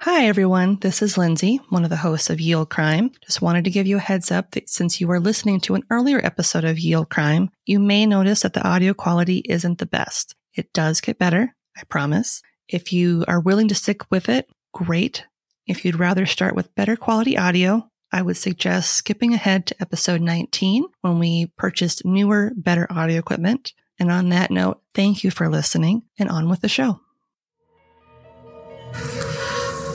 Hi, everyone. This is Lindsay, one of the hosts of Yield Crime. Just wanted to give you a heads up that since you are listening to an earlier episode of Yield Crime, you may notice that the audio quality isn't the best. It does get better, I promise. If you are willing to stick with it, great. If you'd rather start with better quality audio, I would suggest skipping ahead to episode 19 when we purchased newer, better audio equipment. And on that note, thank you for listening and on with the show.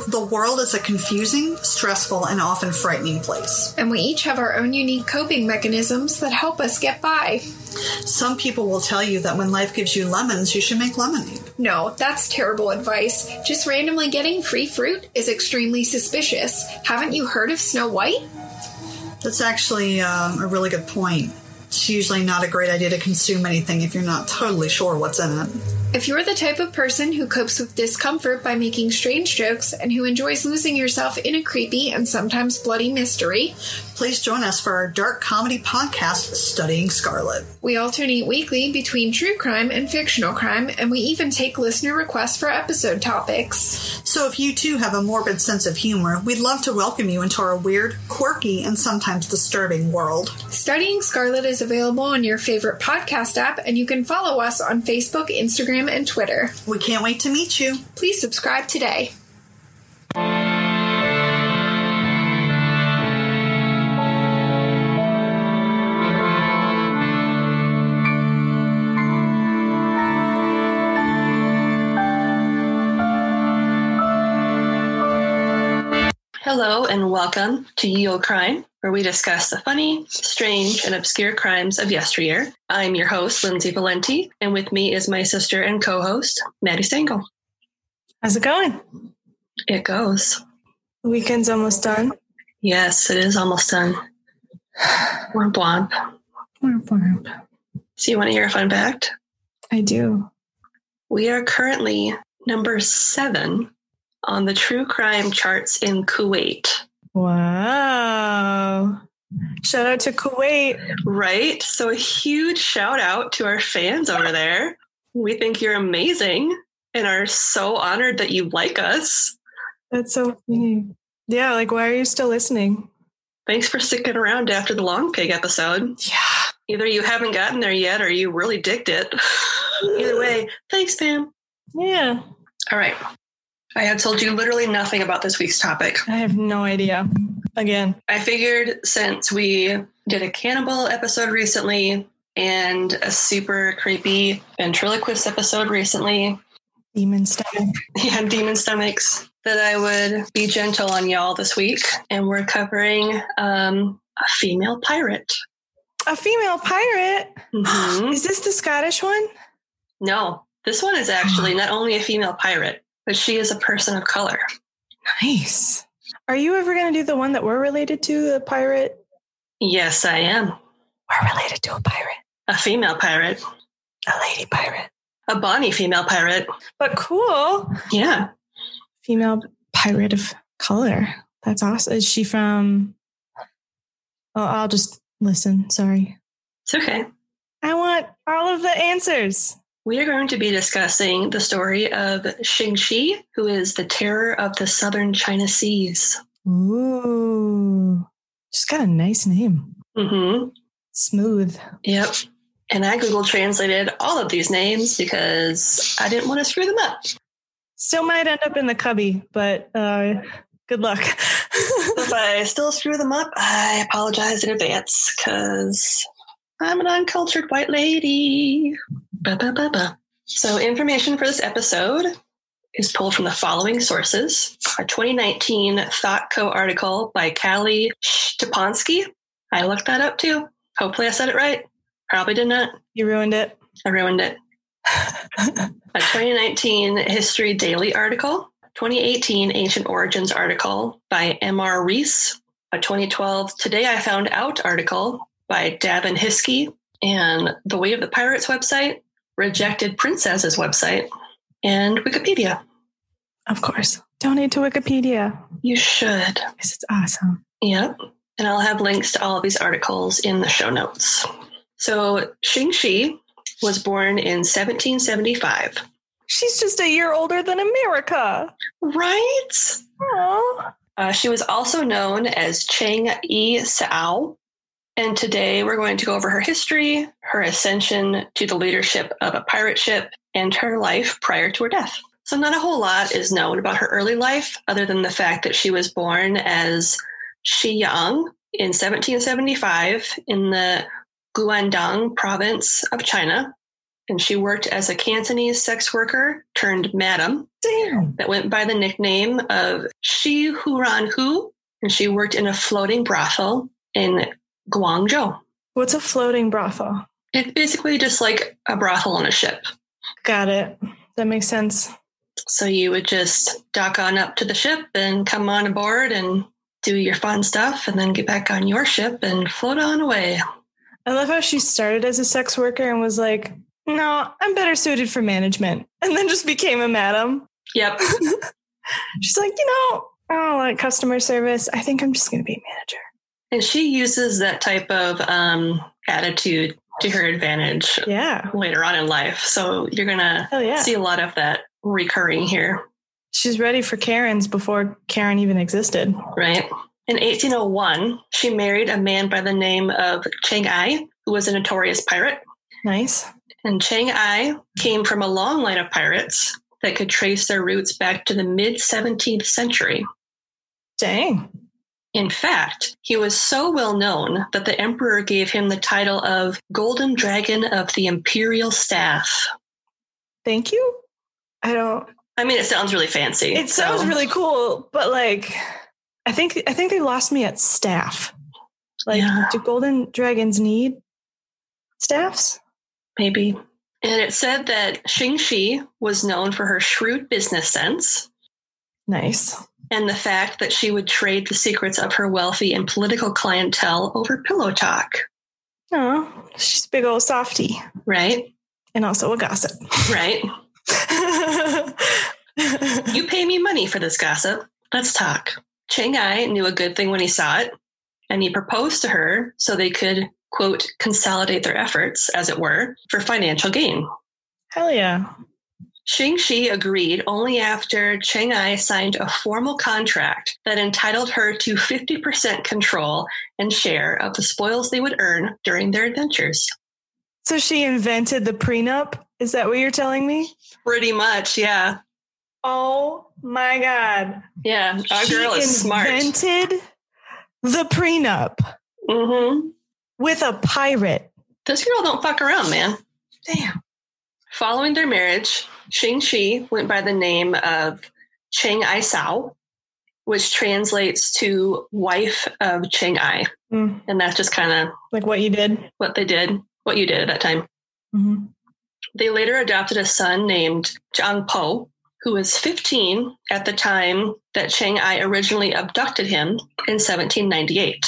The world is a confusing, stressful, and often frightening place. And we each have our own unique coping mechanisms that help us get by. Some people will tell you that when life gives you lemons, you should make lemonade. No, that's terrible advice. Just randomly getting free fruit is extremely suspicious. Haven't you heard of Snow White? That's actually um, a really good point. It's usually not a great idea to consume anything if you're not totally sure what's in it. If you're the type of person who copes with discomfort by making strange jokes and who enjoys losing yourself in a creepy and sometimes bloody mystery, Please join us for our dark comedy podcast, Studying Scarlet. we alternate weekly between true crime and fictional crime, and we even take listener requests for episode topics. So, if you too have a morbid sense of humor, we'd love to welcome you into our weird, quirky, and sometimes disturbing world. Studying Scarlet is available on your favorite podcast app, and you can follow us on Facebook, Instagram, and Twitter. We can't wait to meet you. Please subscribe today. Hello and welcome to Yield Crime, where we discuss the funny, strange, and obscure crimes of yesteryear. I'm your host, Lindsay Valenti, and with me is my sister and co host, Maddie Stengel. How's it going? It goes. The weekend's almost done. Yes, it is almost done. Womp womp. Warp, warp. So, you want to hear a fun fact? I do. We are currently number seven on the true crime charts in Kuwait. Wow. Shout out to Kuwait. Right. So a huge shout out to our fans over there. We think you're amazing and are so honored that you like us. That's so funny. Yeah, like why are you still listening? Thanks for sticking around after the long pig episode. Yeah. Either you haven't gotten there yet or you really digged it. Either way, thanks, Pam. Yeah. All right. I have told you literally nothing about this week's topic. I have no idea. Again. I figured since we did a cannibal episode recently and a super creepy ventriloquist episode recently, Demon stuff. yeah, demon stomachs that I would be gentle on y'all this week, and we're covering um, a female pirate. A female pirate. Mhm. Is this the Scottish one? no, this one is actually not only a female pirate, but she is a person of color. Nice. Are you ever gonna do the one that we're related to, the pirate? Yes, I am We're related to a pirate. a female pirate, A lady pirate. a bonny female pirate. But cool. Yeah, female pirate of color. That's awesome. Is she from? Oh, I'll just listen. Sorry. it's okay. I want all of the answers. We are going to be discussing the story of Xingxi, who is the terror of the southern China seas. Ooh, she's got a nice name. hmm Smooth. Yep. And I Google translated all of these names because I didn't want to screw them up. Still might end up in the cubby, but uh, good luck. If I still screw them up, I apologize in advance because I'm an uncultured white lady. Ba, ba, ba, ba. So, information for this episode is pulled from the following sources a 2019 ThoughtCo article by Callie Stepanski. I looked that up too. Hopefully, I said it right. Probably did not. you ruined it. I ruined it. a 2019 History Daily article, 2018 Ancient Origins article by M.R. Reese, a 2012 Today I Found Out article by Davin Hiskey, and The Way of the Pirates website, Rejected Princesses website, and Wikipedia. Of course. Donate to Wikipedia You should. 'cause it's awesome. Yep. And I'll have links to all of these articles in the show notes. So Xing Shi was born in 1775. She's just a year older than America. Right? Aww. Uh, she was also known as Chang E. Sao. And today we're going to go over her history, her ascension to the leadership of a pirate ship, and her life prior to her death. So, not a whole lot is known about her early life other than the fact that she was born as Shi Yang in 1775 in the Guangdong province of China. And she worked as a Cantonese sex worker turned madam Damn. that went by the nickname of Shi Huran Hu, and she worked in a floating brothel in Guangzhou. What's a floating brothel? It's basically just like a brothel on a ship. Got it. That makes sense. So you would just dock on up to the ship and come on aboard and do your fun stuff and then get back on your ship and float on away. I love how she started as a sex worker and was like, no, I'm better suited for management. And then just became a madam. Yep. She's like, you know, I don't like customer service. I think I'm just going to be a manager. And she uses that type of um, attitude to her advantage Yeah. later on in life. So you're going to Hell yeah. see a lot of that recurring here. She's ready for Karen's before Karen even existed. Right. In 1801, she married a man by the name of Chang Ai, who was a notorious pirate. Nice. And Chang Ai came from a long line of pirates that could trace their roots back to the mid 17th century. Dang. In fact, he was so well known that the emperor gave him the title of Golden Dragon of the Imperial Staff. Thank you. I don't I mean, it sounds really fancy. It sounds so- really cool, but like I think I think they lost me at staff. Like Yeah. do golden dragons need staffs? maybe. And it said that Xing Shi was known for her shrewd business sense, Nice. and the fact that she would trade the secrets of her wealthy and political clientele over pillow talk, Oh, she's a big old softy right? and also a gossip. Right? You pay me money for this gossip. Let's talk. Chang Ai knew a good thing when he saw it, and he proposed to her so they could, quote, consolidate their efforts, as it were, for financial gain. Hell yeah. Xing Shi agreed only after Chang Ai signed a formal contract that entitled her to 50% control and share of the spoils they would earn during their adventures. So she invented the prenup? Is that what you're telling me? Pretty much, yeah. Oh my god. Yeah, our she girl is smart. invented the prenup hmm with a pirate. This girl don't fuck around, man. Damn. Following their marriage, Xing Shi went by the name of Cheng Ai Sao, which translates to wife of Cheng Ai. Mm, And that's just kind of like what you did. what they did, what you did at that time. Mm-hmm. They later adopted a son named Zhang Po, who was 15 at the time that Cheng Ai originally abducted him in 1798.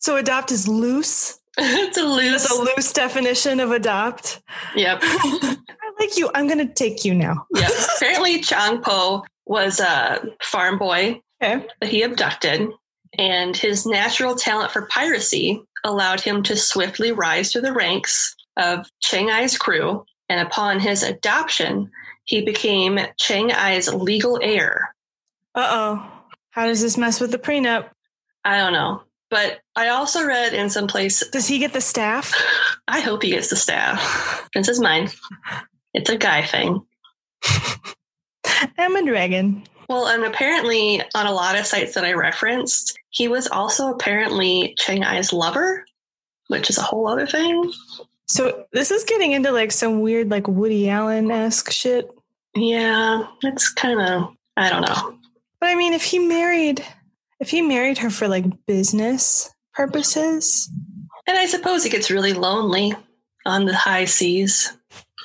So adopt is loose. it's a loose. That's a loose definition of adopt. yep. I like you. I'm going to take you now. yeah. Apparently, Chang Po was a farm boy Okay. that he abducted, and his natural talent for piracy allowed him to swiftly rise to the ranks of Chang Ai's crew. And upon his adoption, he became Chang Ai's legal heir. Uh oh. How does this mess with the prenup? I don't know. But I also read in some place, Does he get the staff? I hope he gets the staff. This is mine. It's a guy thing. I'm a dragon. Well, and apparently on a lot of sites that I referenced, he was also apparently Chang Ai's lover, which is a whole other thing. So this is getting into like some weird, like Woody Allen esque shit. Yeah, it's kind of I don't know. But I mean, if he married, if he married her for like business purposes, And I suppose it gets really lonely on the high seas.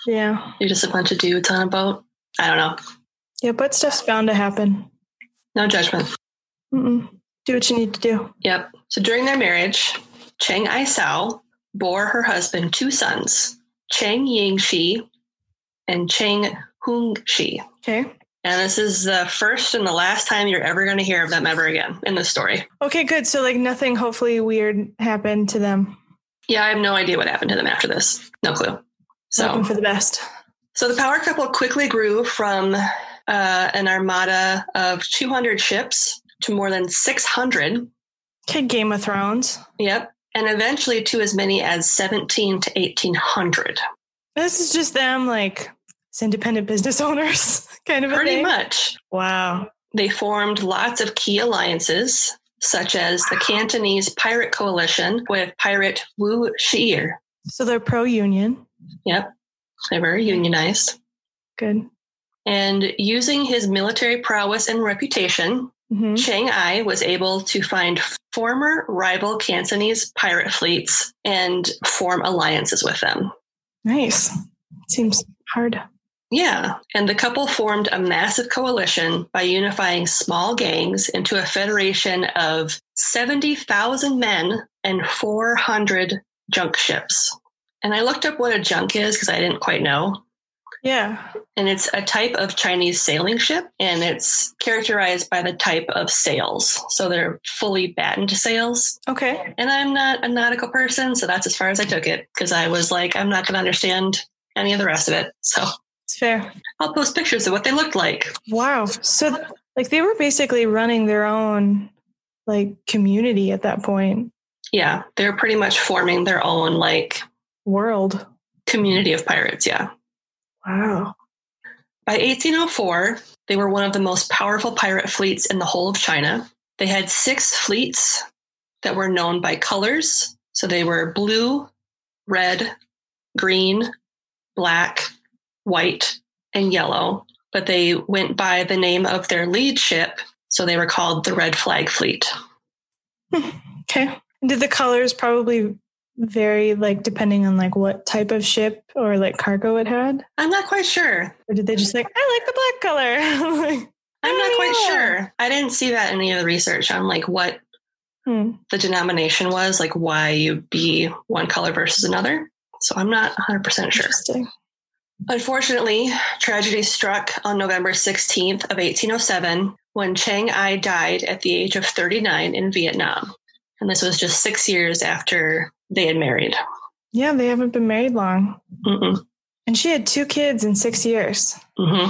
yeah, You're just a bunch of dudes on a boat. I don't know. yeah, but stuff's bound to happen. No judgment. Mm-mm. Do what you need to do. Yep. So during their marriage, Chang Ai Sao bore her husband two sons, Chang Ying Shi and Chang Hung Shi. Okay. And this is the first and the last time you're ever going to hear of them ever again in this story. Okay, good. So like nothing hopefully weird happened to them. Yeah, I have no idea what happened to them after this. No clue. Hoping So, for the best. So the power couple quickly grew from uh, an armada of 200 ships to more than 600. Kid Game of Thrones. Yep. And eventually to as many as 17 to 1800. This is just them like as independent business owners, kind of a Pretty thing. much. Wow. They formed lots of key alliances, such as the Cantonese Pirate Coalition with pirate Wu Shi'er. So they're pro union. Yep, they were unionized. Good. And using his military prowess and reputation, hmm Chiang Ai was able to find former rival Cantonese pirate fleets and form alliances with them. Nice. Seems hard. Yeah, and the couple formed a massive coalition by unifying small gangs into a federation of 70,000 men and 400 junk ships. And I looked up what a junk is because I didn't quite know. Yeah. And it's a type of Chinese sailing ship, and it's characterized by the type of sails. So they're fully battened sails. Okay. And I'm not a nautical person, so that's as far as I took it because I was like, I'm not going to understand any of the rest of it. So. It's fair. I'll post pictures of what they looked like. Wow. So like they were basically running their own like community at that point. Yeah, they're pretty much forming their own like World. community of pirates. Yeah. Wow. By 1804, they were one of the most powerful pirate fleets in the whole of China. They had six fleets that were known by colors. So they were blue, red, green, black, white, and yellow. But they went by the name of their lead ship. So they were called the Red Flag Fleet. Okay. And did the colors probably vary like depending on like what type of ship or like cargo it had? I'm not quite sure. Or did they just like, I like the black color? like, I'm I not don't quite know. sure. I didn't see that in any of the research on like what Hmm. the denomination was, like why you'd be one color versus another. So I'm not 100% sure. Interesting. Unfortunately, tragedy struck on November 16th of 1807 when Chang Ai died at the age of 39 in Vietnam. And this was just 6 years after they had married. Yeah, they haven't been married long. Mm-mm. And she had two kids in six years. hmm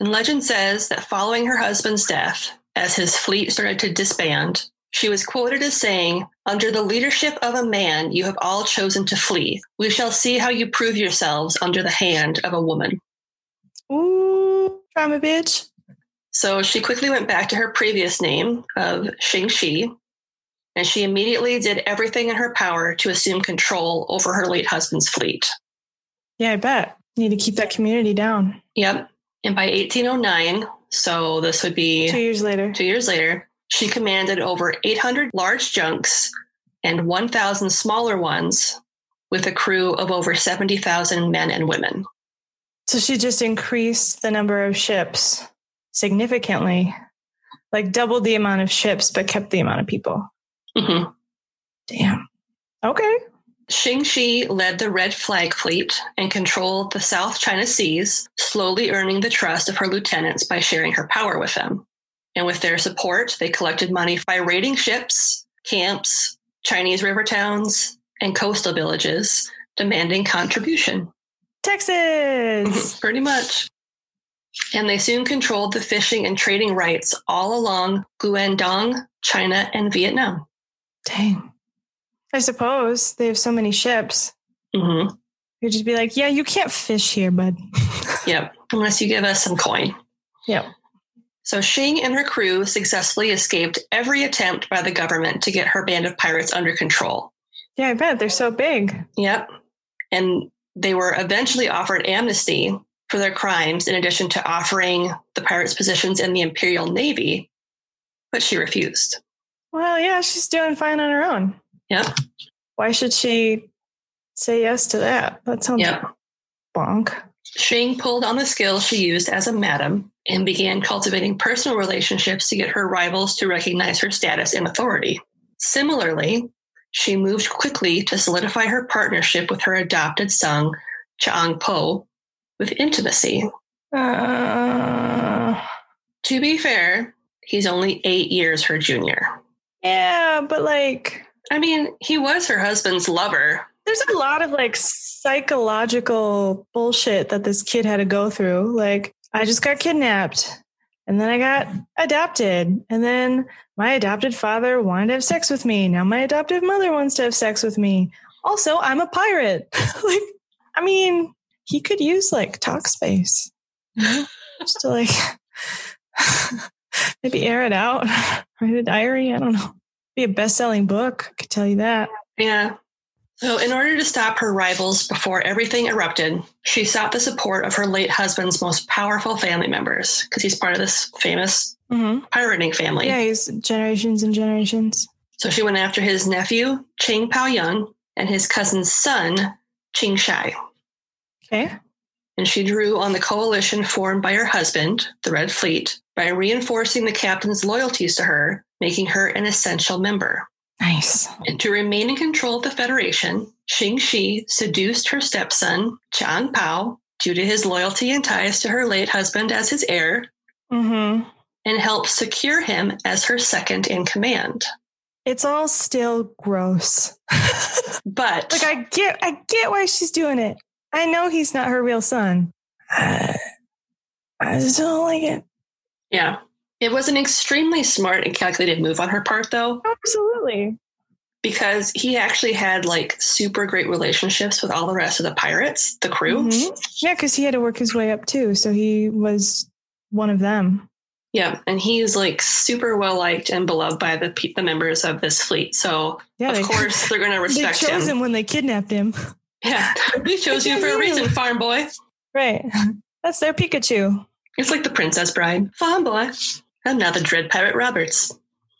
And legend says that following her husband's death, as his fleet started to disband, she was quoted as saying, Under the leadership of a man, you have all chosen to flee. We shall see how you prove yourselves under the hand of a woman. Ooh, drama bitch. So she quickly went back to her previous name of Xing Shi, and she immediately did everything in her power to assume control over her late husband's fleet. Yeah, I bet. Need to keep that community down. Yep. And by 1809, so this would be Two years later. Two years later, she commanded over 800 large junks and 1,000 smaller ones with a crew of over 70,000 men and women. So she just increased the number of ships significantly, like doubled the amount of ships, but kept the amount of people. hmm Damn. Okay. Xing Shi led the Red Flag Fleet and controlled the South China Seas, slowly earning the trust of her lieutenants by sharing her power with them. And with their support, they collected money by raiding ships, camps, Chinese river towns, and coastal villages, demanding contribution. Texas. Pretty much. And they soon controlled the fishing and trading rights all along Guangdong, China, and Vietnam. Dang. I suppose they have so many ships. hmm You'd just be like, yeah, you can't fish here, bud. Yep. Unless you give us some coin. Yep. So Xing and her crew successfully escaped every attempt by the government to get her band of pirates under control. yeah, I bet. They're so big. Yep. And they were eventually offered amnesty for their crimes, in addition to offering the pirates positions in the Imperial Navy, but she refused. Well, yeah, she's doing fine on her own. Yep. Why should she say yes to that? That sounds Yep. bonk. Shing pulled on the skills she used as a madam and began cultivating personal relationships to get her rivals to recognize her status and authority. Similarly, she moved quickly to solidify her partnership with her adopted son, Chang Po, with intimacy. Uh, To be fair, he's only eight years her junior. yeah, but like, I mean, he was her husband's lover. there's a lot of like psychological bullshit that this kid had to go through. Like, I just got kidnapped and then I got adopted. And then my adopted father wanted to have sex with me. Now my adoptive mother wants to have sex with me. Also, I'm a pirate. like, I mean, he could use like talk space, you know? just to like maybe air it out, write a diary. I don't know. Be a best selling book. I could tell you that. Yeah. So, in order to stop her rivals before everything erupted, she sought the support of her late husband's most powerful family members because he's part of this famous Mm-hmm. pirating family. Yeah, he's generations and generations. So, she went after his nephew, Ching Pao Yun, and his cousin's son, Ching Shai. Okay. And she drew on the coalition formed by her husband, the Red Fleet, by reinforcing the captain's loyalties to her, making her an essential member. Nice. And to remain in control of the Federation, Xing Shi seduced her stepson, Chang Pao, due to his loyalty and ties to her late husband as his heir, Mm-hmm. and helped secure him as her second in command. It's all still gross. But like I get, I get why she's doing it. I know he's not her real son. I, I just don't like it. yeah, it was an extremely smart and calculated move on her part, though, Absolutely. because he actually had like super great relationships with all the rest of the pirates, the crew. Mhm. Yeah, because he had to work his way up too, so he was one of them. Yeah, and he's like super well liked and beloved by the pe- the members of this fleet. So Yeah, of they, course they're going to they respect chose him when they kidnapped him. Yeah, we chose you for a reason, farm boy. Right. That's their Pikachu. It's like the Princess Bride. Farm boy. I'm now the Dread Pirate Roberts.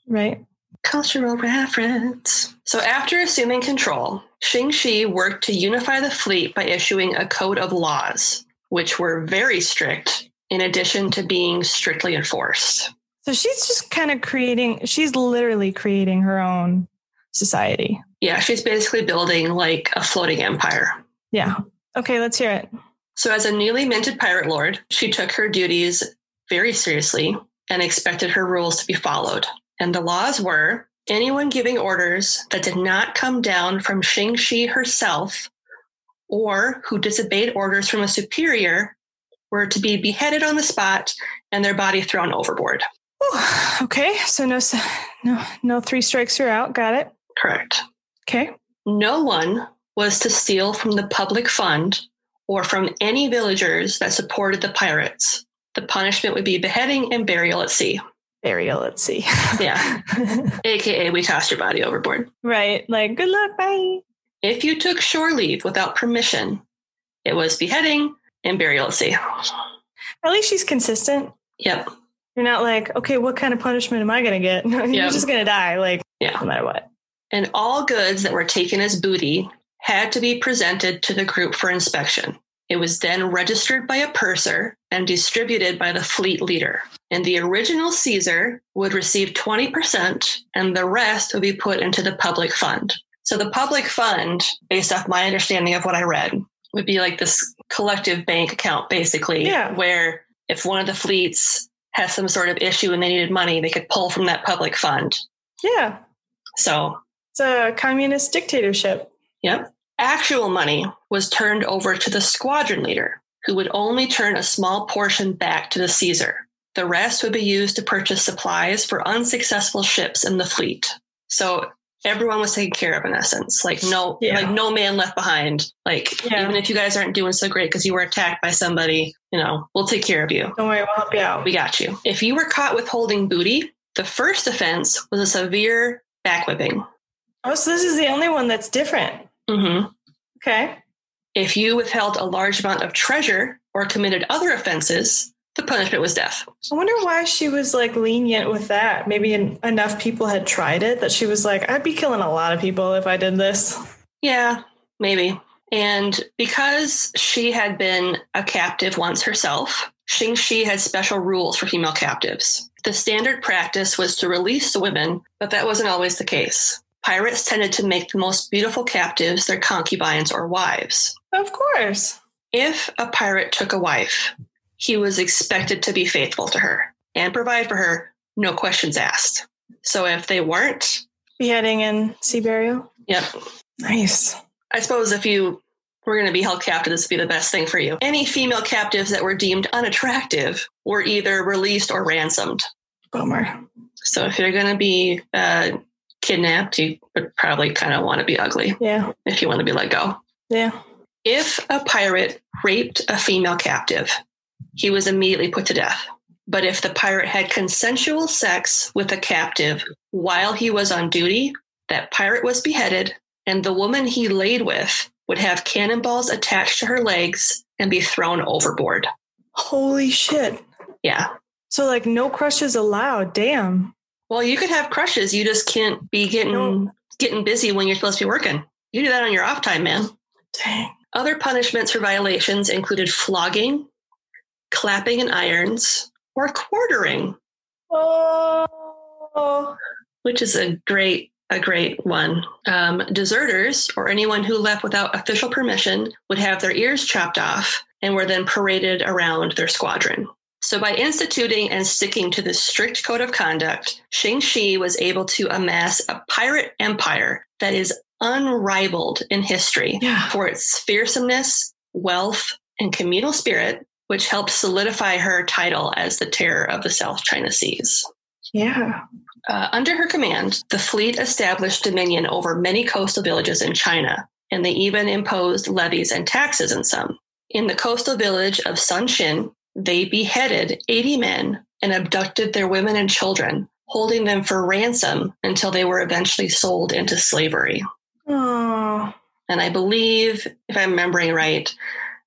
Right. Cultural reference. So after assuming control, Xing Shi worked to unify the fleet by issuing a code of laws, which were very strict, in addition to being strictly enforced. So she's just kind of creating. She's literally creating her own society. Yeah, she's basically building like a floating empire. Yeah. Okay, let's hear it. So, as a newly minted pirate lord, she took her duties very seriously and expected her rules to be followed. And the laws were anyone giving orders that did not come down from Xing Shi herself or who disobeyed orders from a superior were to be beheaded on the spot and their body thrown overboard. Whew. Okay, so no, s- no, no three strikes you're out. Got it. Correct. Okay. No one was to steal from the public fund or from any villagers that supported the pirates. The punishment would be beheading and burial at sea. Burial. Let's see. Yeah. AKA, we tossed your body overboard. right. Like good luck. Bye. If you took shore leave without permission, it was beheading and burial at sea. At least she's consistent. Yep. You're not like, okay, what kind of punishment am I gonna get? you're Yeah. just gonna die. Like, Yeah. no matter what. And all goods that were taken as booty had to be presented to the group for inspection. It was then registered by a purser and distributed by the fleet leader. And the original Caesar would receive 20%, and the rest would be put into the public fund. So, the public fund, based off my understanding of what I read, would be like this collective bank account, basically, Yeah. where if one of the fleets has some sort of issue and they needed money, they could pull from that public fund. Yeah. So, It's a communist dictatorship. Yep. Actual money was turned over to the squadron leader, who would only turn a small portion back to the Caesar. The rest would be used to purchase supplies for unsuccessful ships in the fleet. So everyone was taken care of in essence. Like no Yeah. like no man left behind. Like Yeah. even if you guys aren't doing so great because you were attacked by somebody, you know, we'll take care of you. Don't worry, we'll help you out. We got you. If you were caught withholding booty, the first offense was a severe backwhipping. Oh, so this is the only one that's different. Mm-hmm. Okay. If you withheld a large amount of treasure or committed other offenses, the punishment was death. I wonder why she was like lenient with that. Maybe en- enough people had tried it that she was like, I'd be killing a lot of people if I did this. Yeah, maybe. And because she had been a captive once herself, Xing Shi had special rules for female captives. The standard practice was to release the women, but that wasn't always the case. Pirates tended to make the most beautiful captives their concubines or wives. Of course. If a pirate took a wife, he was expected to be faithful to her and provide for her, no questions asked. So if they weren't, Beheading and sea burial. yep, Nice. I suppose if you were going to be held captive, this would be the best thing for you. Any female captives that were deemed unattractive were either released or ransomed. Bummer. So if you're going to be uh, kidnapped, you would probably kind of want to be ugly Yeah. if you want to be let go. Yeah. If a pirate raped a female captive, he was immediately put to death. But if the pirate had consensual sex with a captive while he was on duty, that pirate was beheaded, and the woman he laid with would have cannonballs attached to her legs and be thrown overboard. Holy shit. Yeah. So like no crushes allowed. Damn. Well, you could have crushes. You just can't be getting No. getting busy when you're supposed to be working. You do that on your off time, man. Dang. Other punishments for violations included flogging, clapping in irons, or quartering, Oh. which is a great a great one. Um, deserters or anyone who left without official permission would have their ears chopped off and were then paraded around their squadron. So, by instituting and sticking to this strict code of conduct, Xing Shi was able to amass a pirate empire that is unrivaled in history. Yeah. for its fearsomeness, wealth, and communal spirit, which helped solidify her title as the terror of the South China Seas. Yeah. Uh, under her command, the fleet established dominion over many coastal villages in China, and they even imposed levies and taxes in some. In the coastal village of Sunshin, they beheaded 80 men and abducted their women and children, holding them for ransom until they were eventually sold into slavery. Oh. And I believe, if I'm remembering right,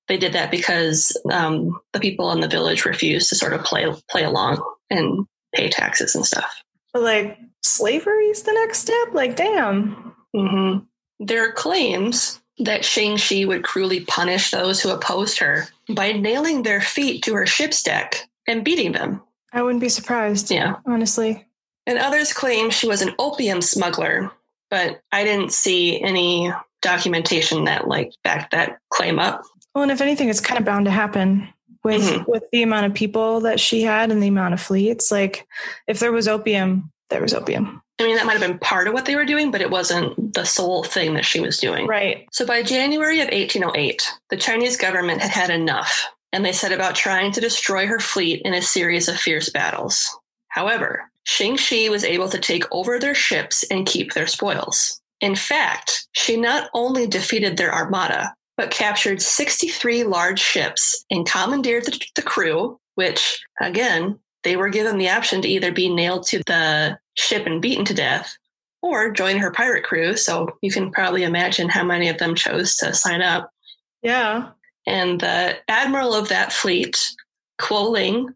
they did that because um, the people in the village refused to sort of play play along and pay taxes and stuff. But like slavery's the next step? Like damn. hmm There are claims that Shang Shi would cruelly punish those who opposed her by nailing their feet to her ship's deck and beating them. I wouldn't be surprised. Yeah. Honestly. And others claim she was an opium smuggler, but I didn't see any documentation that like backed that claim up. Well, and if anything, it's kind of bound to happen with Mhm. with the amount of people that she had and the amount of fleets. Like, if there was opium, there was opium, I mean, that might have been part of what they were doing, but it wasn't the sole thing that she was doing. right? So by January of 1808, the Chinese government had had enough, and they set about trying to destroy her fleet in a series of fierce battles. However, Xing Shi was able to take over their ships and keep their spoils. In fact, she not only defeated their armada, but captured 63 large ships and commandeered the, the crew, which, again, they were given the option to either be nailed to the ship and beaten to death or join her pirate crew. So you can probably imagine how many of them chose to sign up. Yeah. And the admiral of that fleet, Kuo Ling,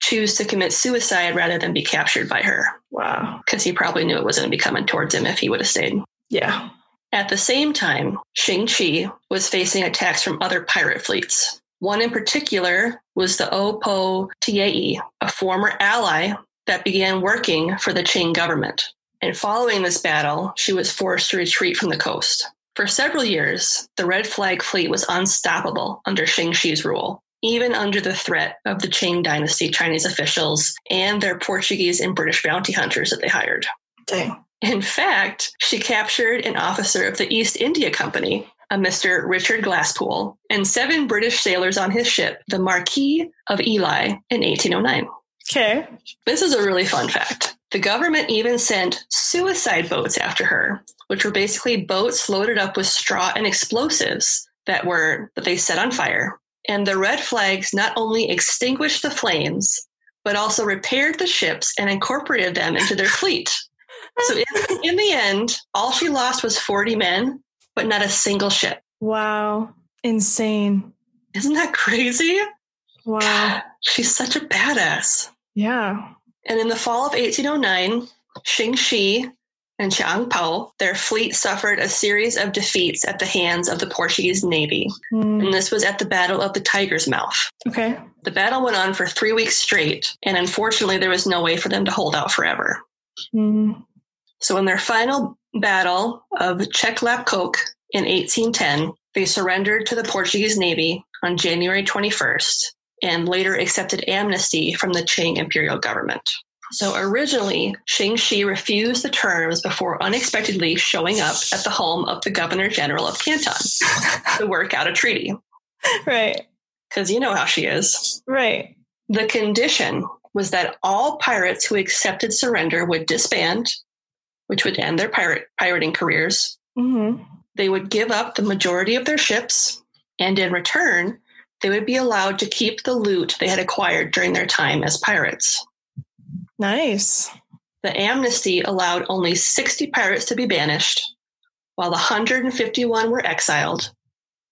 chose to commit suicide rather than be captured by her Wow. because he probably knew it wasn't going to be coming towards him if he would have stayed. Yeah. At the same time, Xing Chi was facing attacks from other pirate fleets. One in particular was the Opo Tiei, a former ally that began working for the Qing government. And following this battle, she was forced to retreat from the coast. For several years, the Red Flag Fleet was unstoppable under Xing Xi's rule, even under the threat of the Qing dynasty Chinese officials and their Portuguese and British bounty hunters that they hired. Dang. In fact, she captured an officer of the East India Company, a Mr. Richard Glasspool, and seven British sailors on his ship, the Marquis of Ely, in 1809. Okay. This is a really fun fact. The government even sent suicide boats after her, which were basically boats loaded up with straw and explosives that were that they set on fire. And the red flags not only extinguished the flames, but also repaired the ships and incorporated them into their fleet. So in, in the end, all she lost was 40 men, but not a single ship. Wow. Insane. Isn't that crazy? Wow. She's such a badass. Yeah. And in the fall of 1809, Xing Shi and Chiang Pao, their fleet suffered a series of defeats at the hands of the Portuguese navy. Mm. And this was at the Battle of the Tiger's Mouth. Okay. The battle went on for three weeks straight, and unfortunately, there was no way for them to hold out forever. Mm. So, in their final battle of Cheklapcoke in 1810, they surrendered to the Portuguese navy on January 21st and later accepted amnesty from the Qing imperial government. So originally, Xing Shi refused the terms before unexpectedly showing up at the home of the governor general of Canton to work out a treaty, Right. because you know how she is. Right. The condition was that all pirates who accepted surrender would disband, which would end their pirate pirating careers. Mm-hmm. They would give up the majority of their ships, and in return, they would be allowed to keep the loot they had acquired during their time as pirates. Nice. The amnesty allowed only 60 pirates to be banished, while 151 were exiled,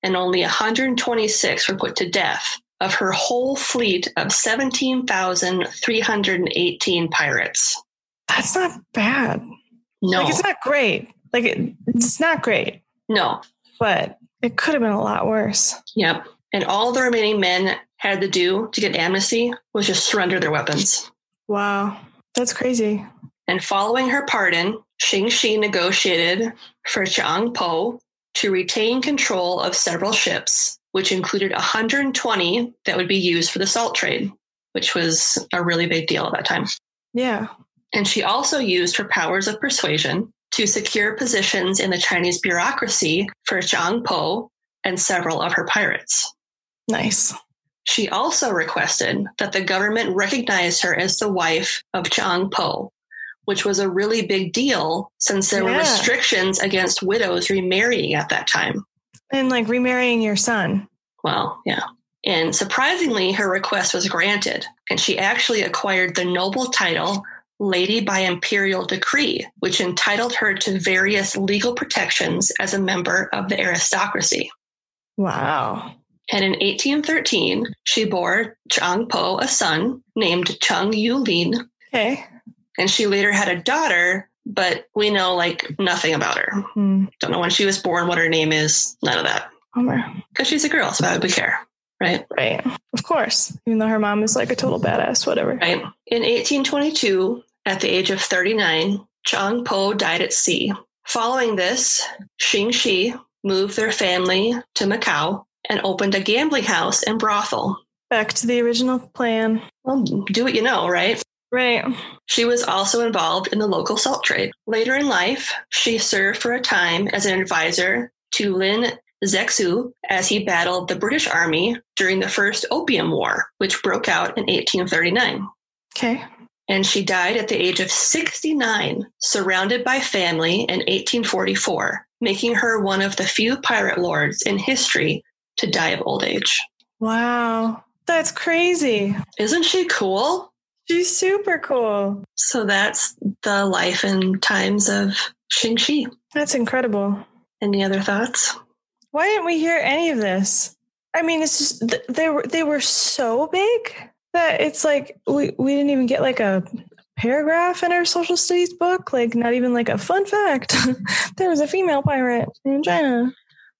and only 126 were put to death of her whole fleet of 17,318 pirates. That's not bad. No, Like it's not great. Like it, it's not great, no, but it could have been a lot worse. yep. And all the remaining men had to do to get amnesty was just surrender their weapons. Wow. That's crazy. And following her pardon, Xing Shi negotiated for Zhang Po to retain control of several ships, which included 120 that would be used for the salt trade, which was a really big deal at that time. Yeah. And she also used her powers of persuasion to secure positions in the Chinese bureaucracy for Zhang Po and several of her pirates. Nice. She also requested that the government recognize her as the wife of Zhang Po, which was a really big deal since there were Yeah. restrictions against widows remarrying at that time. And like remarrying your son. Well, yeah. And surprisingly, her request was granted, and she actually acquired the noble title Lady by Imperial Decree, which entitled her to various legal protections as a member of the aristocracy. Wow. And in 1813, she bore Chang Po a son named Cheng Yulin, Okay. and she later had a daughter, but we know like nothing about her. Hmm. Don't know when she was born, what her name is, none of that. Homer. Because she's a girl, so why would we care? Right? Right. Of course. Even though her mom is like a total badass, whatever. Right. In 1822, at the age of 39, Chang Po died at sea. Following this, Xing Shi moved their family to Macau and opened a gambling house and brothel. Back to the original plan. Well, do what you know, right? Right. She was also involved in the local salt trade. Later in life, she served for a time as an advisor to Lin Zexu as he battled the British Army during the First Opium War, which broke out in 1839. Okay. And she died at the age of 69, surrounded by family in 1844, making her one of the few pirate lords in history to die of old age. Wow. That's crazy. Isn't she cool? She's super cool. So that's the life and times of Xing Shi. That's incredible. Any other thoughts? Why didn't we hear any of this? I mean, it's just th- they were they were so big that it's like we we didn't even get like a paragraph in our social studies book, like not even like a fun fact. there was a female pirate in China.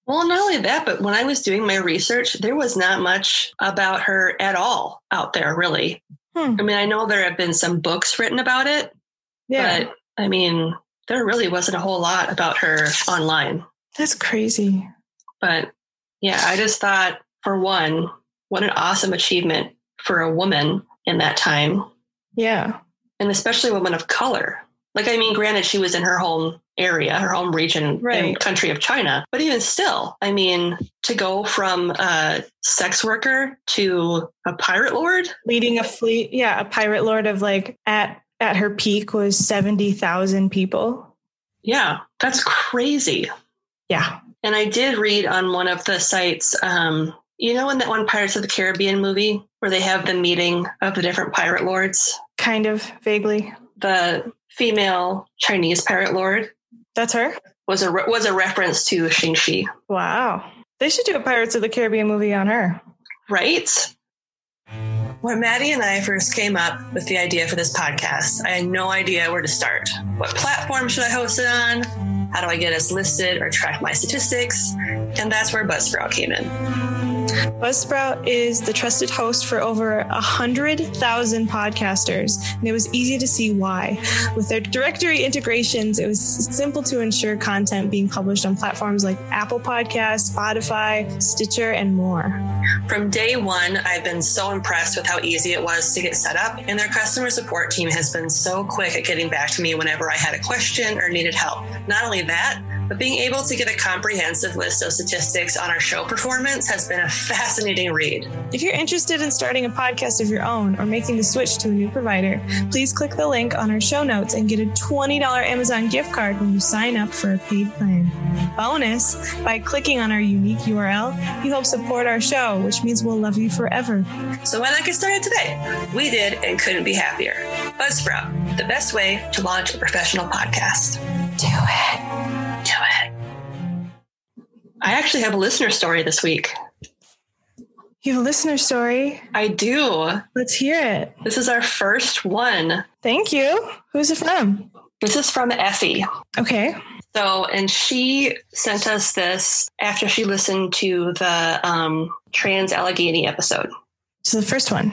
Well, not only that, but when I was doing my research, there was not much about her at all out there, really. Hmm. I mean, I know there have been some books written about it, Yeah, but I mean, there really wasn't a whole lot about her online. that's crazy. But yeah, I just thought, for one, what an awesome achievement for a woman in that time, Yeah, and especially a woman of color. Like, I mean, granted, she was in her home area, her home region, Right. and country of China, but even still, I mean, to go from a sex worker to a pirate lord, leading a fleet. Yeah, a pirate lord of like at at her peak was seventy thousand people. yeah, that's crazy. Yeah. And I did read on one of the sites, um, you know, in that one Pirates of the Caribbean movie where they have the meeting of the different pirate lords, Kind of vaguely. the female Chinese pirate lord That's her. was a re- was a reference to Xing Shi, Wow. They should do a Pirates of the Caribbean movie on her. right? When Maddie and I first came up with the idea for this podcast, I had no idea where to start. What platform should I host it on? How do I get us listed or track my statistics? And that's where Buzzsprout came in. Buzzsprout is the trusted host for over 100,000 podcasters, and it was easy to see why. With their directory integrations, it was simple to ensure content being published on platforms like Apple Podcasts, Spotify, Stitcher, and more. From day one, I've been so impressed with how easy it was to get set up, and their customer support team has been so quick at getting back to me whenever I had a question or needed help. Not only that, but being able to get a comprehensive list of statistics on our show performance has been a fascinating read. If you're interested in starting a podcast of your own or making the switch to a new provider, please click the link on our show notes and get a $20 Amazon gift card when you sign up for a paid plan. Bonus, by clicking on our unique URL, you help support our show, which means we'll love you forever. So why not get started today? We did and couldn't be happier. Buzzsprout, the best way to launch a professional podcast. Do it. Do it. I actually have a listener story this week. You have a listener story. I do. Let's hear it. This is our first one. Thank you. Who's it from? This is from Effie. Okay. So, and she sent us this after she listened to the um, Trans Allegheny episode. So the first one.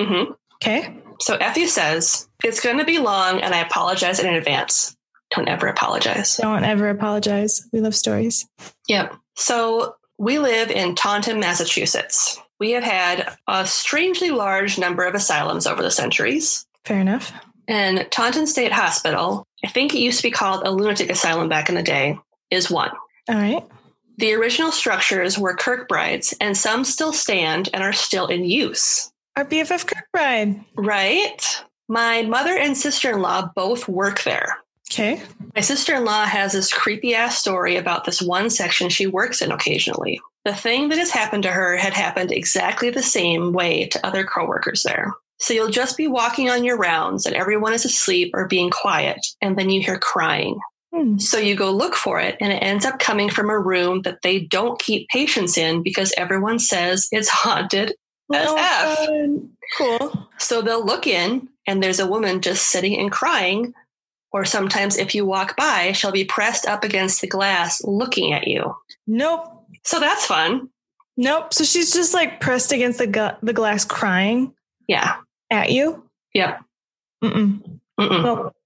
Mm-hmm. hmm Okay. So Effie says, It's going to be long, and I apologize in advance. Don't ever apologize. Don't ever apologize. We love stories. Yep. So we live in Taunton, Massachusetts. We have had a strangely large number of asylums over the centuries. Fair enough. And Taunton State Hospital, I think it used to be called a lunatic asylum back in the day, is one. All right. The original structures were Kirkbrides, and some still stand and are still in use. Our BFF Kirkbride. Right? My mother and sister in law both work there. Okay. My sister in law has this creepy ass story about this one section she works in occasionally. The thing that has happened to her had happened exactly the same way to other coworkers there. So you'll just be walking on your rounds and everyone is asleep or being quiet, and then you hear crying. Hmm. So you go look for it, and it ends up coming from a room that they don't keep patients in because everyone says it's haunted That's F. God. Cool. so they'll look in, and there's a woman just sitting and crying. Or sometimes, if you walk by, she'll be pressed up against the glass looking at you. Nope. So that's fun. Nope. So she's just like pressed against the gu- the glass, crying Yeah. at you. Yep. Mm-mm. Mm-mm. Nope.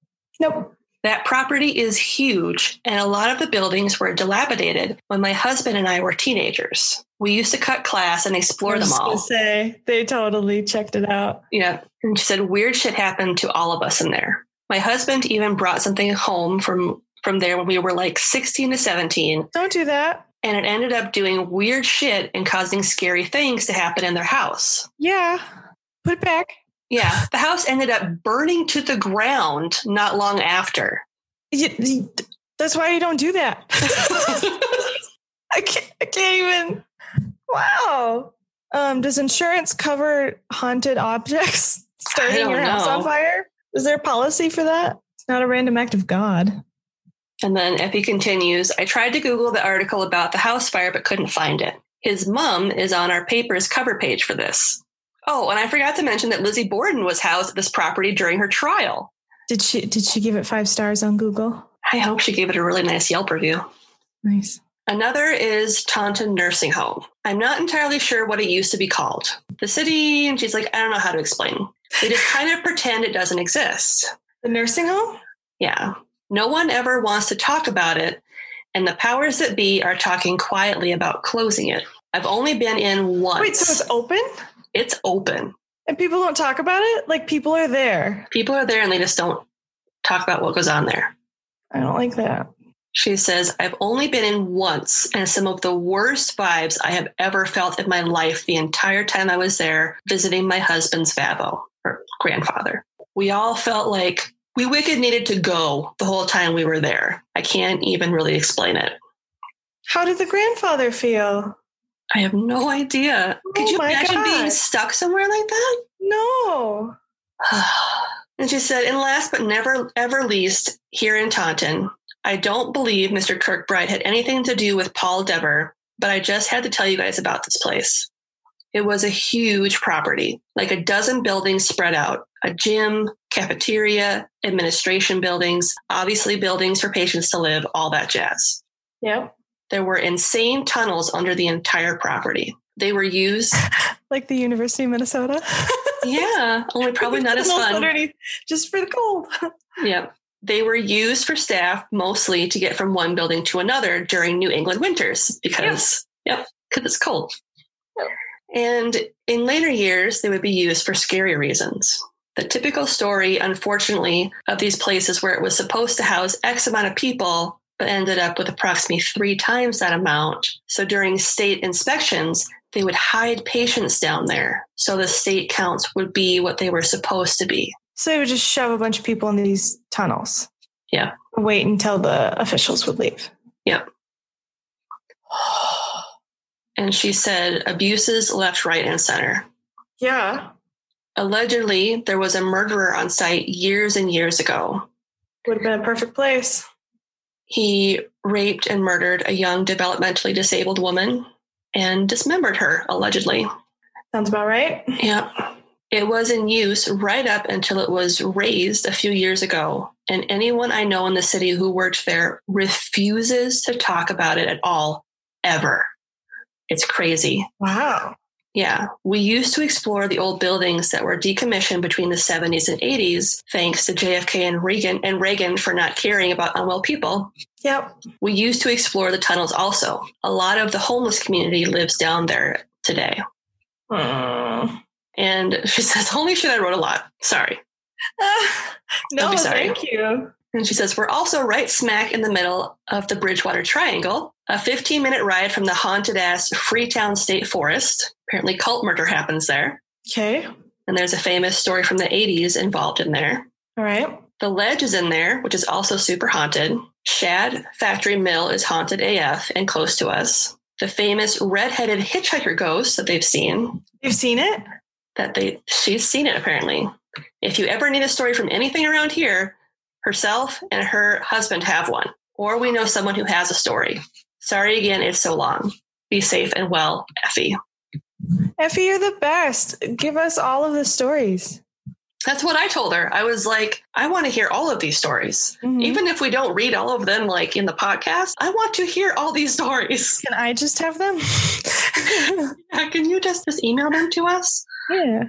Nope. That property is huge, and a lot of the buildings were dilapidated when my husband and I were teenagers. We used to cut class and explore I was them just gonna all. Say they totally checked it out. Yeah. And she said weird shit happened to all of us in there. My husband even brought something home from from there when we were like 16 to 17 Don't do that. and it ended up doing weird shit and causing scary things to happen in their house. Yeah. Put it back. Yeah, the house ended up burning to the ground not long after. You- you- that's why you don't do that. I can't, I can't even. Wow. Um, does insurance cover haunted objects I starting don't your house know. on fire? Is there a policy for that? It's not a random act of God. And then Epi continues I tried to Google the article about the house fire but couldn't find it. His mum is on our paper's cover page for this. Oh, and I forgot to mention that Lizzie Borden was housed at this property during her trial. Did she did she give it five stars on Google? I hope she gave it a really nice Yelp review. Nice. Another is Taunton Nursing Home. I'm not entirely sure what it used to be called. The city, and she's like, I don't know how to explain. They just kind of pretend it doesn't exist. The nursing home? Yeah. No one ever wants to talk about it, and the powers that be are talking quietly about closing it. I've only been in once. Wait, so it's open It's open. and people don't talk about it? Like people are there. People are there and they just don't talk about what goes on there. I don't like that. She says, I've only been in once, and some of the worst vibes I have ever felt in my life the entire time I was there visiting my husband's Vavo, or grandfather. We all felt like we wicked needed to go the whole time we were there. I can't even really explain it. How did the grandfather feel? I have no idea. Could Oh you my imagine God. being stuck somewhere like that? No. and she said, and last but never ever least, here in Taunton, I don't believe Mr. Kirkbride had anything to do with Paul Dever, but I just had to tell you guys about this place. It was a huge property, like a dozen buildings spread out a gym, cafeteria, administration buildings, obviously buildings for patients to live, all that jazz. Yep. There were insane tunnels under the entire property. They were used. like the University of Minnesota. Yeah, only probably not as No fun. celebrity, just for the cold. Yeah. They were used for staff mostly to get from one building to another during New England winters because, yep, because it's cold. And in later years, they would be used for scary reasons. The typical story, unfortunately, of these places where it was supposed to house X amount of people, but ended up with approximately three times that amount. So during state inspections, they would hide patients down there. So the state counts would be what they were supposed to be. So they would just shove a bunch of people in these tunnels. Yeah. Wait until the officials would leave. And she said abuses left, right, and center. Yeah. Allegedly, there was a murderer on site years and years ago. Would have been a perfect place. He raped and murdered a young developmentally disabled woman and dismembered her, allegedly. Sounds about right. Yeah. It was in use right up until it was raised a few years ago. And anyone I know in the city who worked there refuses to talk about it at all, ever. It's crazy. Wow. Yeah, we used to explore the old buildings that were decommissioned between the 70s and 80s, thanks to JFK and Reagan and Reagan for not caring about unwell people. Yep. We used to explore the tunnels also. A lot of the homeless community lives down there today. Mm. And she says, "Holy shit, I wrote a lot. Sorry." Ah, Don't no, be sorry. thank you. And she says, We're also right smack in the middle of the Bridgewater Triangle, a 15 minute ride from the haunted ass Freetown State Forest. Apparently, cult murder happens there. Okay. And there's a famous story from the 80s involved in there. All right. The Ledge is in there, which is also super haunted. Shad Factory Mill is haunted AF and close to us. The famous red-headed hitchhiker ghost that they've seen, You've seen it? that they she's seen it apparently. If you ever need a story from anything around here, herself and her husband have one, or we know someone who has a story. Sorry again, it's so long. Be safe and well, Effie. Effie, you're the best. Give us all of the stories. That's what I told her. I was like, I want to hear all of these stories. Mhm. Even if we don't read all of them like in the podcast, I want to hear all these stories. Can I just have them? Yeah, Can you just just email them to us? yeah.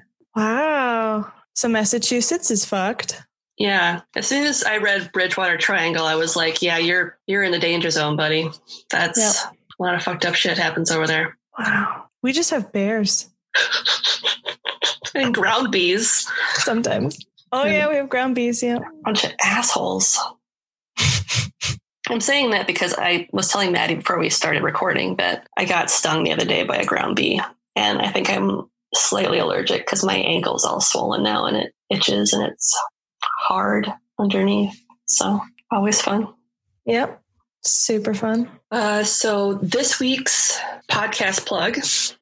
Wow. So Massachusetts is fucked. Yeah. As soon as I read Bridgewater Triangle, I was like, yeah, you're you're in the danger zone, buddy. That's a lot of fucked up shit happens over there. Wow. We just have bears And ground bees. sometimes. Oh yeah, we have ground bees. Yeah. Bunch of assholes. I'm saying that because I was telling Maddie before we started recording that I got stung the other day by a ground bee. And I think I'm slightly allergic because my ankle's all swollen now and it itches and it's hard underneath. So always fun. Yep. Super fun. Uh, so this week's podcast plug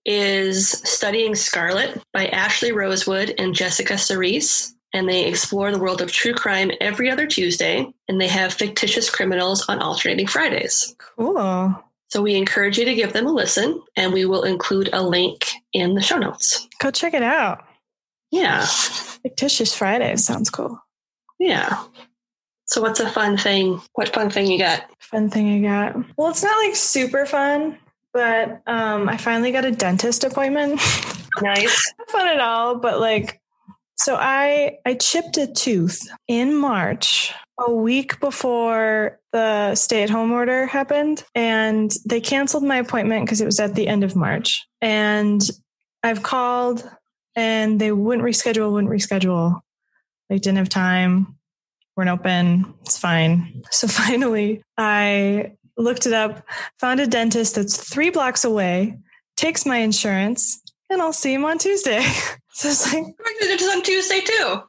is Studying Scarlet by Ashley Rosewood and Jessica Cerise. And they explore the world of true crime every other Tuesday, and they have fictitious criminals on alternating Fridays. Cool. So we encourage you to give them a listen, and we will include a link in the show notes. Go check it out. Yeah, Fictitious Friday sounds cool. yeah. So what's a fun thing? What fun thing you got? Fun thing I got. Well, it's not like super fun, but um, I finally got a dentist appointment. Nice. not fun at all, but like so I I chipped a tooth in March, a week before the stay-at-home order happened, and they canceled my appointment because it was at the end of March. And I've called and they wouldn't reschedule, wouldn't reschedule. They didn't have time. Weren't open. It's fine. So finally, I looked it up, found a dentist that's three blocks away, takes my insurance, and I'll see him on Tuesday. So it's like It's on Tuesday too.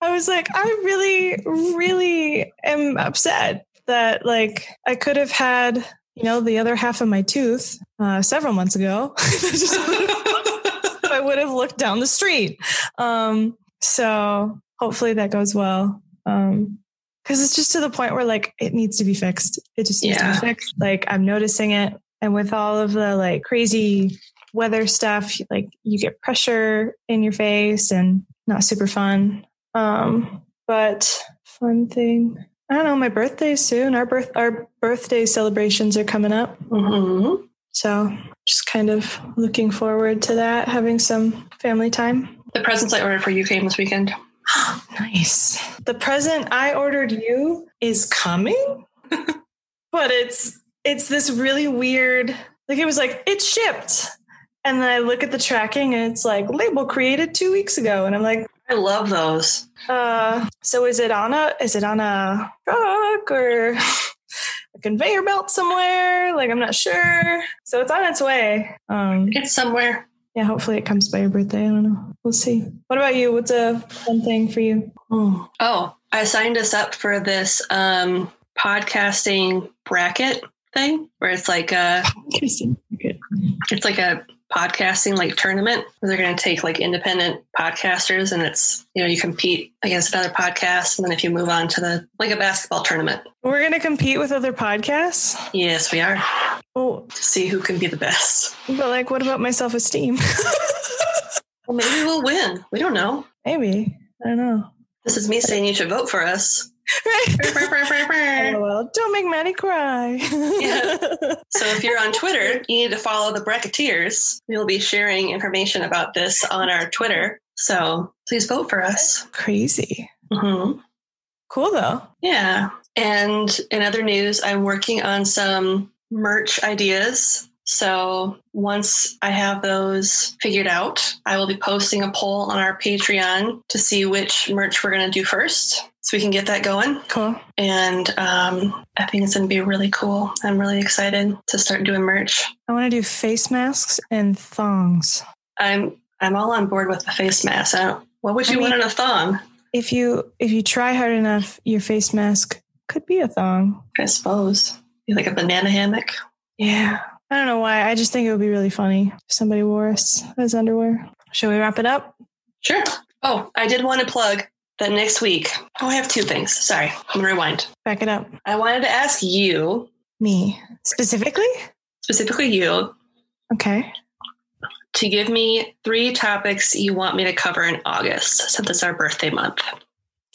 I was like, I really, really am upset that like I could have had, you know, the other half of my tooth uh, several months ago. Just- I would have looked down the street. Um, so hopefully that goes well. Um, cause it's just to the point where like it needs to be fixed. It just needs Yeah. to be fixed. Like I'm noticing it. And with all of the like crazy weather stuff, like you get pressure in your face and not super fun. Um, but fun thing. I don't know, my birthday's soon. Our birth our birthday celebrations are coming up. Mhm. So just kind of looking forward to that, having some family time. The presents I ordered for you came this weekend. nice. The present I ordered you is coming, but it's it's this really weird. Like it was like it's shipped, and then I look at the tracking and it's like label created two weeks ago, and I'm like, I love those. uh, so is it on a is it on a truck or a conveyor belt somewhere? Like I'm not sure. So it's on its way. Um, It's somewhere. yeah, hopefully it comes by your birthday. I don't know. We'll see. What about you? What's a fun thing for you? Oh, Oh, I signed us up for this um, podcasting bracket thing where it's like a interesting. Good. it's like a podcasting like tournament where they're going to take like independent podcasters and it's you know you compete against another podcast and then if you move on to the like a basketball tournament We're gonna compete with other podcasts. yes we are Oh, to see who can be the best but like, what about my self esteem? well maybe we'll win we don't know Maybe I don't know. this is me saying you should vote for us LOL. Don't make Maddie cry. so if you're on twitter you need to follow the bracketeers we'll be sharing information about this on our twitter so please vote for us Crazy. hmm Cool though. Yeah. And in other news, I'm working on some merch ideas. So once I have those figured out, I will be posting a poll on our Patreon to see which merch we're going to do first so we can get that going. Cool. And um, I think it's going to be really cool. I'm really excited to start doing merch. I want to do face masks and thongs. I'm I'm all on board with the face mask. I don't, what would I you want mean- in a thong? If you if you try hard enough, your face mask could be a thong. I suppose. Like a banana hammock. Yeah. I don't know why. I just think it would be really funny if somebody wore us as underwear. Should we wrap it up? Sure. Oh, I did want to plug that next week. Oh, I have two things. Sorry, I'm gonna rewind. Back it up. I wanted to ask you, Me specifically? specifically you, Okay. to give me three topics you want me to cover in August, since it's our birthday month.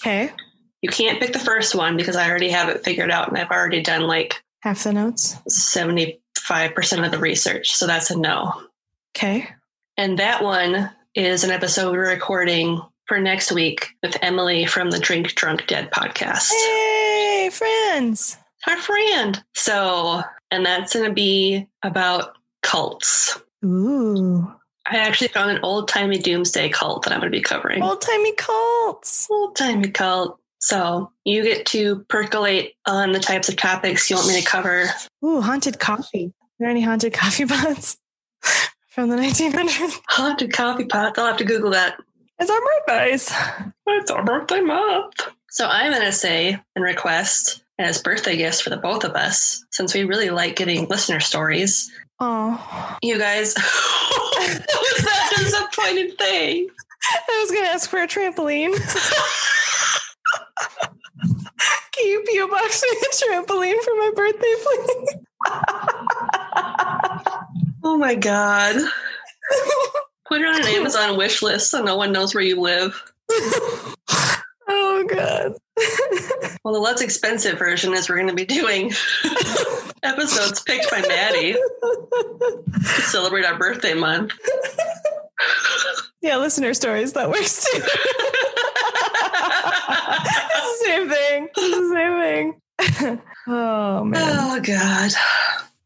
Okay. You can't pick the first one because I already have it figured out and I've already done like Half the notes. 75% of the research. So that's a no. Okay. And that one is an episode we're recording for next week with Emily from the Drink Drunk Dead podcast. Hey, friends. our friend. So, and that's going to be about cults. Ooh. I actually found an old timey doomsday cult that I'm going to be covering. Old timey cults. Old timey cult. So, you get to percolate on the types of topics you want me to cover. Ooh, haunted coffee. Are there any haunted coffee pots from the 1900s? Haunted coffee pots. I'll have to Google that. It's our birthdays. It's our birthday month. So, I'm going to say and request as birthday gifts for the both of us, since we really like getting listener stories, Oh, you guys. that was that disappointing thing. I was gonna ask for a trampoline. Can you be a box me a trampoline for my birthday, please? Oh my god. Put it on an Amazon wish list so no one knows where you live. oh god. Well, the less expensive version is we're going to be doing episodes picked by Maddie to celebrate our birthday month. yeah, listener stories that works too. it's the same thing. It's the same thing. oh man. oh god.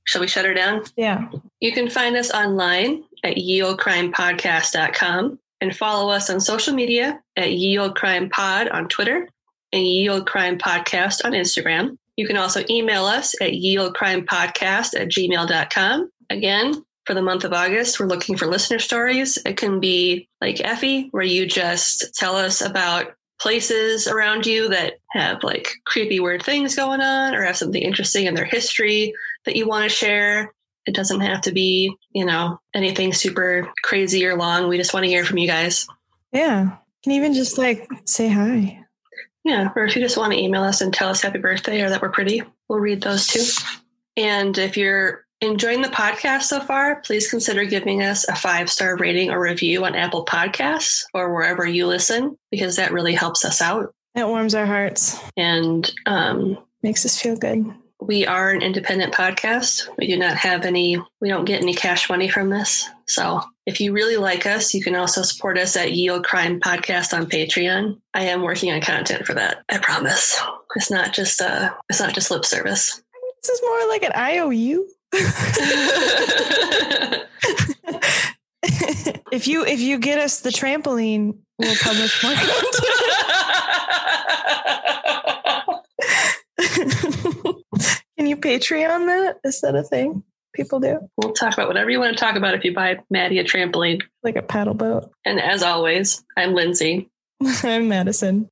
Shall we shut her down? Yeah. You can find us online at yeoldcrimepodcast.com and follow us on social media at yeoldcrimepod on Twitter and yeoldcrimepodcast on Instagram. You can also email us at yeoldcrimepodcast at gmail.com. Again, for the month of August, we're looking for listener stories. It can be like Effie, where you just tell us about places around you that have like creepy, weird things going on or have something interesting in their history that you want to share. It doesn't have to be, you know, anything super crazy or long. We just want to hear from you guys. Yeah. Can even just like say hi. Yeah. Or if you just want to email us and tell us happy birthday or that we're pretty, we'll read those too. And if you're enjoying the podcast so far, please consider giving us a five star rating or review on Apple Podcasts or wherever you listen, because that really helps us out. It warms our hearts. And um, Makes us feel good. we are an independent podcast. We do not have any, we don't get any cash money from this. So if you really like us, you can also support us at Yield Crime Podcast on Patreon. I am working on content for that. I promise. It's not just uh it's not just lip service. This is more like an IOU. if you if you get us the trampoline, we'll publish more. Can you Patreon that? Is that a thing people do? we'll talk about whatever you want to talk about if you buy Maddie a trampoline. Like a paddle boat. And as always, I'm Lindsay. I'm Madison.